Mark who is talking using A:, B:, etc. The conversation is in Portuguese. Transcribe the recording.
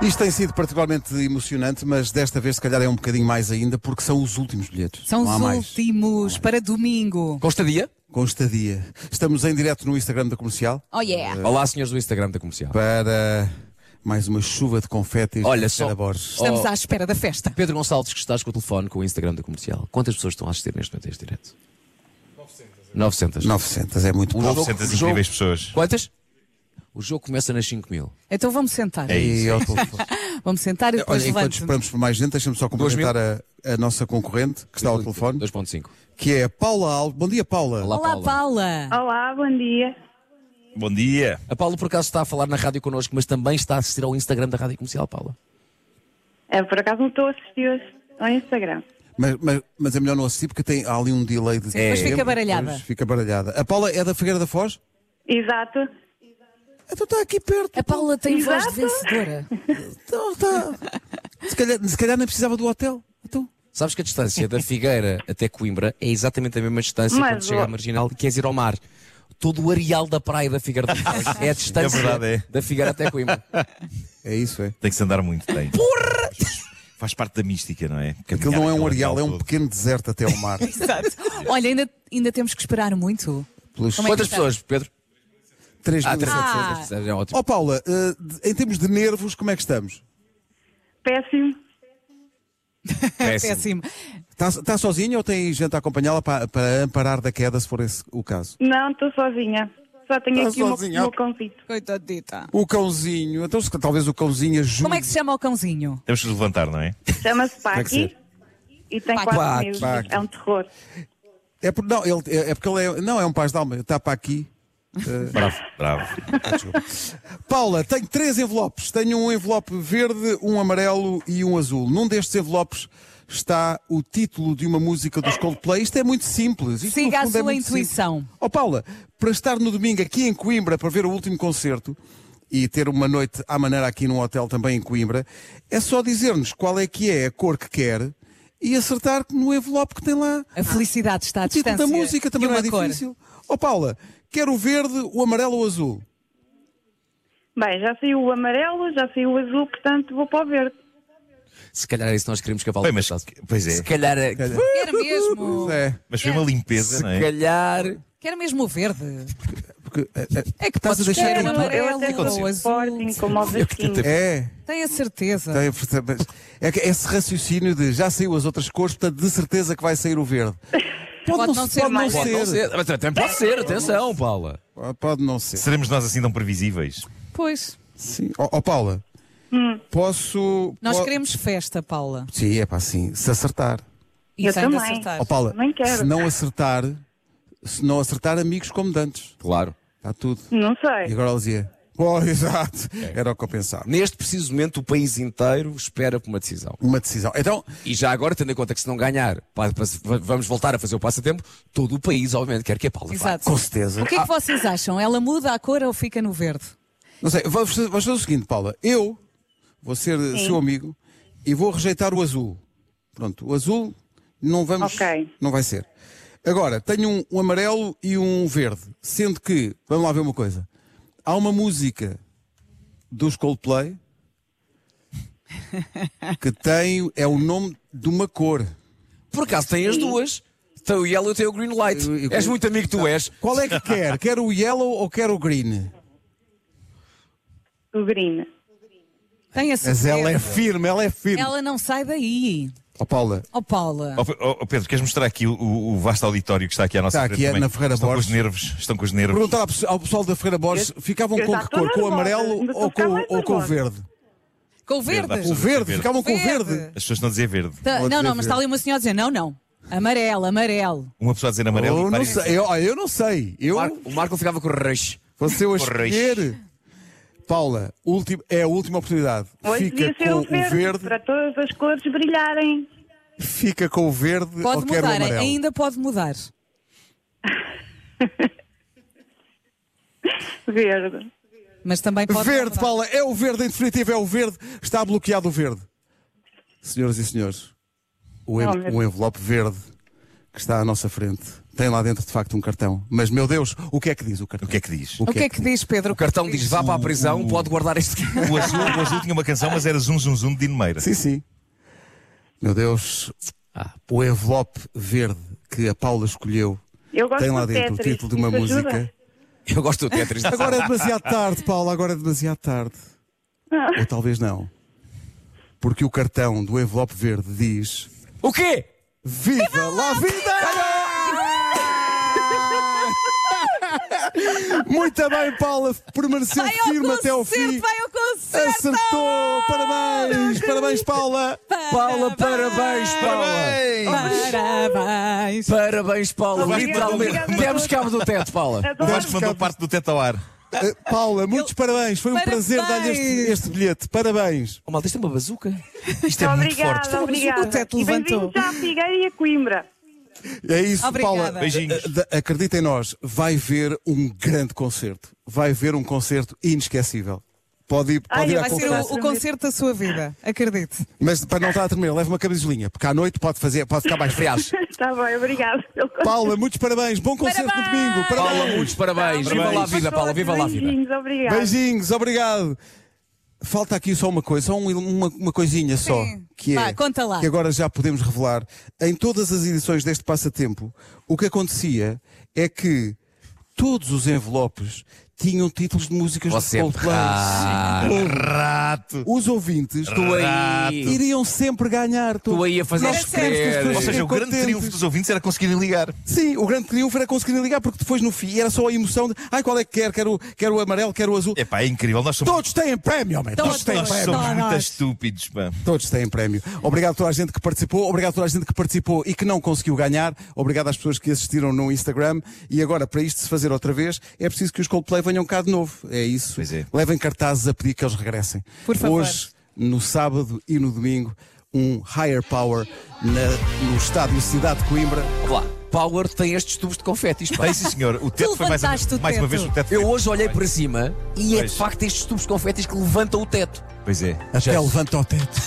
A: Isto tem sido particularmente emocionante, mas desta vez se calhar é um bocadinho mais ainda, porque são os últimos bilhetes.
B: São
A: Não há
B: os
A: mais.
B: últimos para domingo.
C: Consta dia?
A: Com estadia. Estamos em direto no Instagram da Comercial
B: Oh
A: Eh,
B: yeah.
C: Olá, senhores do Instagram da comercial.
A: para mais uma chuva de confetes
C: Olha
A: de
C: só.
A: Vera Borges.
B: Estamos
C: Oh.
B: à espera da festa.
C: Pedro Gonçalves, que estás com o telefone, com o Instagram da comercial. Quantas pessoas estão a assistir neste momento a este direto? 900.
A: 900 é muito pouco.
C: Um jogo-
D: 900
C: o jogo-
D: incríveis pessoas.
C: Quantas? O jogo começa nas 5 mil.
B: Então vamos sentar.
D: É isso.
A: E ao telefone.
B: Vamos sentar e
A: Eh,
B: depois
A: Olha, enquanto
B: levanto.
A: esperamos por mais gente, deixa-me só complementar a, a nossa concorrente, que está ao telefone,
C: 2.5.
A: que é a Paula Alves. Bom dia, Paula.
C: Olá,
B: Olá,
C: Paula.
B: Paula.
E: Olá, bom dia.
D: Bom dia.
C: A Paula, por acaso, está a falar na rádio connosco, mas também está a assistir ao Instagram da rádio comercial, Paula.
E: É, por acaso não estou a assistir hoje ao Instagram.
A: Mas, mas- mas é melhor não assistir porque tem há ali um delay de.
B: depois
A: tempo,
B: fica baralhada.
A: depois Fica baralhada. A Paula é da Figueira da Foz?
E: Exato.
A: Então está aqui perto.
B: A Paula tem voz de
E: Exato.
B: vencedora.
A: Então está. Se calhar, se calhar nem precisava do hotel. Então.
C: Sabes que a distância da Figueira até Coimbra é exatamente a mesma distância
E: Mas
C: quando chega à
E: o-
C: Marginal que queres ir ao mar. Todo o areal da praia da Figueira da Foz é a distância
D: É verdade, é.
C: da Figueira até Coimbra.
A: É isso, é.
D: Tem que se andar muito, tem. Porra! Faz parte da mística, não é? Caminhar
A: Aquilo não é um
D: aquele
A: areal, é um
D: todo.
A: pequeno deserto até ao mar.
B: Exato. Olha, ainda, ainda temos que esperar muito.
A: Pelos
B: Como é que
C: Quantas
B: está?
C: pessoas, Pedro?
A: 3.700.
B: Ah.
C: É ótimo.
A: Oh, Paula, eh, de- em termos de nervos, como é que estamos?
E: Péssimo.
B: Péssimo.
A: Está, está Tá, sozinha ou tem gente a acompanhá-la para, para amparar da queda, se for esse o caso?
E: Não, estou sozinha. Só tenho
A: Tá
E: aqui o meu-
A: sozinha.
E: o meu convite.
B: Coitadita.
A: O cãozinho, então se- talvez o cãozinho ajude.
B: Como é que se chama o cãozinho?
D: Temos que nos levantar, não é?
E: Chama-se
A: Tem que ser.
E: Paqui e tem
B: Paqui.
E: quatro
A: Paqui.
E: meses.
A: Paqui.
E: É um terror.
A: É, por- não, ele, é, é porque ele é, não, é um paz de alma, está para aqui.
D: Bravo, bravo.
A: Paula, tenho três envelopes. Tenho um envelope verde, um amarelo e um azul. Num destes envelopes está o título de uma música dos Coldplay. Isto é muito simples. Isto, no
B: Siga a
A: fundo, é
B: sua
A: muito
B: intuição.
A: simples. Ó Paula, para estar no domingo aqui em Coimbra para ver o último concerto e ter uma noite à maneira aqui num hotel também em Coimbra, é só dizer-nos qual é que é a cor que quer e acertar no envelope que tem lá.
B: A felicidade está à
A: O título da
B: distância.
A: música também
B: e
A: não
B: uma
A: é
B: cor.
A: difícil. Ó Paula, quer o verde, o amarelo ou o azul?
E: Bem, já saiu o amarelo, já saiu o azul, portanto vou para o verde.
C: Se calhar é isso que nós queremos que a Paula
D: Bem, mas,
C: pensasse.
D: pois
C: Se
D: é.
C: calhar. é-
A: Calhar.
B: Quero mesmo.
A: É.
D: Mas foi uma limpeza,
C: Se
D: não é?
C: calhar.
B: Quero mesmo o verde.
A: Porque, é, é,
B: É que
A: Estás
B: podes
A: a deixar
B: escolher
A: tudo.
B: o
E: eu
B: amarelo
E: até
B: ou o
E: o
B: azul.
E: Sporting, como o Vasquinho.
A: É,
B: Tenho a certeza.
A: tem- mas é que esse raciocínio de já saiu as outras cores, portanto, de certeza que vai sair o verde.
B: Pode não ser mais.
C: Pode não ser. Mas também pode ser, atenção, Paula.
A: Pode- Ah, Pode não ser.
D: Seremos nós assim tão previsíveis?
B: Pois.
A: Sim. Ó ó, Paula, posso.
B: Hum. Nós
A: po-
B: queremos festa, Paula.
A: Sim, é pá, sim. Se acertar.
B: E
E: Eu
B: tem de
E: também.
B: acertar.
A: Ó Oh, Paula,
E: Também quero.
A: se não acertar, se não acertar, amigos como dantes.
C: Claro.
A: Está tudo.
E: Não
A: E
E: sei.
A: agora ela dizia. Oh, exato. Era o que eu pensava.
C: Neste preciso momento, o país inteiro espera por uma decisão.
A: Uma decisão. Então,
C: E já agora, tendo em conta que se não ganhar, pa- pa- va- vamos voltar a fazer o passatempo, todo o país, obviamente, quer que a Paula vá.
B: Exato.
A: com certeza.
B: O que é que vocês acham? Ela muda a cor ou fica no verde?
A: Não sei, vamos fazer, vamos fazer o seguinte, Paula. Eu vou ser eh, seu amigo e vou rejeitar o azul. Pronto, o azul não vamos.
E: Ok.
A: Não vai ser. Agora, tenho um, um amarelo e um verde. Sendo que, vamos lá ver uma coisa. Há uma música dos Coldplay que tem. é o nome de uma cor.
C: Por acaso tem as duas. Tem o yellow e tem o green light.
A: Eu- eu-
C: és muito amigo que tu és.
A: Qual é que quer? Quer o yellow ou quer o green?
E: O green.
B: Tem a
A: Mas
B: certeza.
A: ela é firme, ela é firme.
B: Ela não sai daí.
A: Ó, Paula,
B: Ó Paula.
A: Oh,
D: Ó, Pe- ó, ó, Pedro, queres mostrar aqui o, o- o vasto auditório que está aqui à nossa
A: Está
D: frente
A: aqui, é,
D: também?
A: na Ferreira
D: Estão
A: Borges.
D: com os nervos, estão com os nervos.
A: Perguntar ao pessoal- ao pessoal da Feira Borges, ficavam
E: Eu
A: com
E: já
A: que
E: estou
A: cor? Com o
E: nervosa,
A: amarelo
E: ainda estou
A: ou
E: a ficar
A: com,
E: mais
A: ou com o
E: nervosa.
A: verde?
B: Com o verde.
D: Verde,
A: O verde,
D: Verde.
A: ficavam com o verde.
B: Verde.
D: As pessoas estão a dizer verde.
B: Tá-
A: Vou
B: não,
A: dizer
B: não, mas está ali uma senhora a dizer: não, não. Amarelo, amarelo.
D: Uma pessoa a dizer amarelo
A: Eu
D: e
A: Oh, não
D: várias-
A: sei, eu, eu não sei. Eu,
C: O Mar- o Marco ficava com o rush.
A: você o
D: Porra,
A: escolher. Paula, último, é a última oportunidade.
E: Hoje
A: Fica
E: devia ser
A: com
E: o verde, para todas as cores brilharem.
A: fica com o verde
B: Pode
A: ou quer o
B: mudar, é
A: amarelo?
B: ainda pode mudar.
E: Verde.
B: Mas também pode. não
A: Verde,
B: mudar.
A: Paula, é o verde, em definitivo é o verde. Está bloqueado o verde. Senhoras e senhores, o, en-
E: Oh, meu
A: o envelope verde que está à nossa frente tem lá dentro de facto um cartão. Mas meu Deus, o que é que diz o cartão?
D: O que é que diz?
B: O que é que diz, Pedro?
C: O cartão diz: vá para a prisão, pode guardar este.
D: O azul, o azul tinha uma canção, mas era Zum Zum Zum de Dino Meira.
A: Sim, sim. Meu Deus,
C: Ah,
A: o envelope verde que a Paula escolheu
E: Eu gosto
A: tem lá
E: do
A: dentro o
E: Tetris.
A: título de uma
E: Isso ajuda?
A: música.
C: eu gosto do Tetris.
A: Agora é demasiado tarde, Paula, agora é demasiado tarde.
B: Ah.
A: Ou talvez não. Porque o cartão do envelope verde diz:
C: O quê?
A: Viva lá vida! Muito bem, Paula, permaneceu
B: Vai ao
A: firme até ao
B: concerto,
A: fim.
B: vai ao concerto!
A: Acertou! Parabéns! Parabéns, Paula!
C: Paula, parabéns, Paula.
B: Parabéns!
C: Parabéns, Paula.
E: Obrigada,
C: Literalmente.
E: obrigada.
C: Demos cabo do teto, Paula.
D: O
E: Adoro.
D: Vasco mandou parte do teto ao ar.
A: Eh, Paula, muitos parabéns! Foi um
B: Parabéns.
A: prazer dar-lhe este, este bilhete. Parabéns!
C: Oh, malta, isto é uma bazuca.
D: Isto é
E: um
D: muito forte.
E: Obrigada, obrigada.
B: O teto
E: E
B: levantou.
E: bem-vindos à Figueira e a Coimbra.
A: É isso,
B: Obrigada.
A: Paula.
D: Beijinhos.
A: Da- Acredita em nós, vai ver um grande concerto. Vai ver um concerto inesquecível. Pode ir, pode
E: Ai,
A: ir à
B: Vai ser
A: conferência.
B: o, o concerto da sua vida, acredite.
A: Mas para não estar a tremer, leva uma camisolinha, porque à noite pode, fazer, pode ficar mais frio.
C: Aliás,
E: Está Tá bem, obrigada. pelo
A: Paula, muitos parabéns. Bom concerto no
B: Parabéns.
A: domingo. Parabéns.
C: Paula, muitos parabéns. Viva lá a vida, Paula. Viva lá a vida.
E: Beijinhos, obrigada.
A: Beijinhos, obrigado. Falta aqui só uma coisa, só um- uma, uma coisinha só.
B: Sim.
A: Que é,
B: Vá, conta lá.
A: Que agora já podemos revelar. Em todas as edições deste passatempo, o que acontecia é que todos os envelopes tinham títulos de músicas
C: Você-
A: do Coldplay.
C: Ah.
D: Rato.
A: Os ouvintes
C: Tu aí.
A: iriam sempre ganhar. Tu-
C: Tu aí a fazer
A: Nós
B: os
A: queremos que as
C: querer.
A: pessoas
D: Ou seja,
A: fiquem
D: o grande
A: contentes.
D: triunfo dos ouvintes era conseguirem ligar.
A: Sim, o grande triunfo era conseguir ligar, porque depois no fim era só a emoção de ai, qual é que quer? Quero, quero o amarelo, quero o azul.
D: Epá, é incrível. Nós somos,
A: Todos têm prémio, homem. Todos,
B: Todos,
A: têm
B: todos,
A: prémio.
D: somos
B: Todos.
D: muito estúpidos, pá.
A: Todos têm prémio. Obrigado a toda a gente que participou, obrigado a toda a gente que participou e que não conseguiu ganhar, obrigado às pessoas que assistiram no Instagram. E agora, para isto se fazer outra vez, é preciso que os Coldplay venham cá de novo. É isso.
D: Pois é.
A: Levem cartazes a pedir que eles regressem.
B: Por favor.
A: Hoje, no sábado e no domingo, um Higher Power na- no estádio Cidade de Coimbra.
C: Vá, Power tem estes tubos de confetis, pá.
D: Bem, sim, senhor. O teto foi mais,
B: levantaste o
D: mais uma
B: teto.
D: vez o teto.
C: Eu
D: foi-
C: hoje olhei para cima e é de
D: Pois.
C: facto estes tubos de confetis que levantam o teto.
D: Pois é.
A: Até levanta o teto.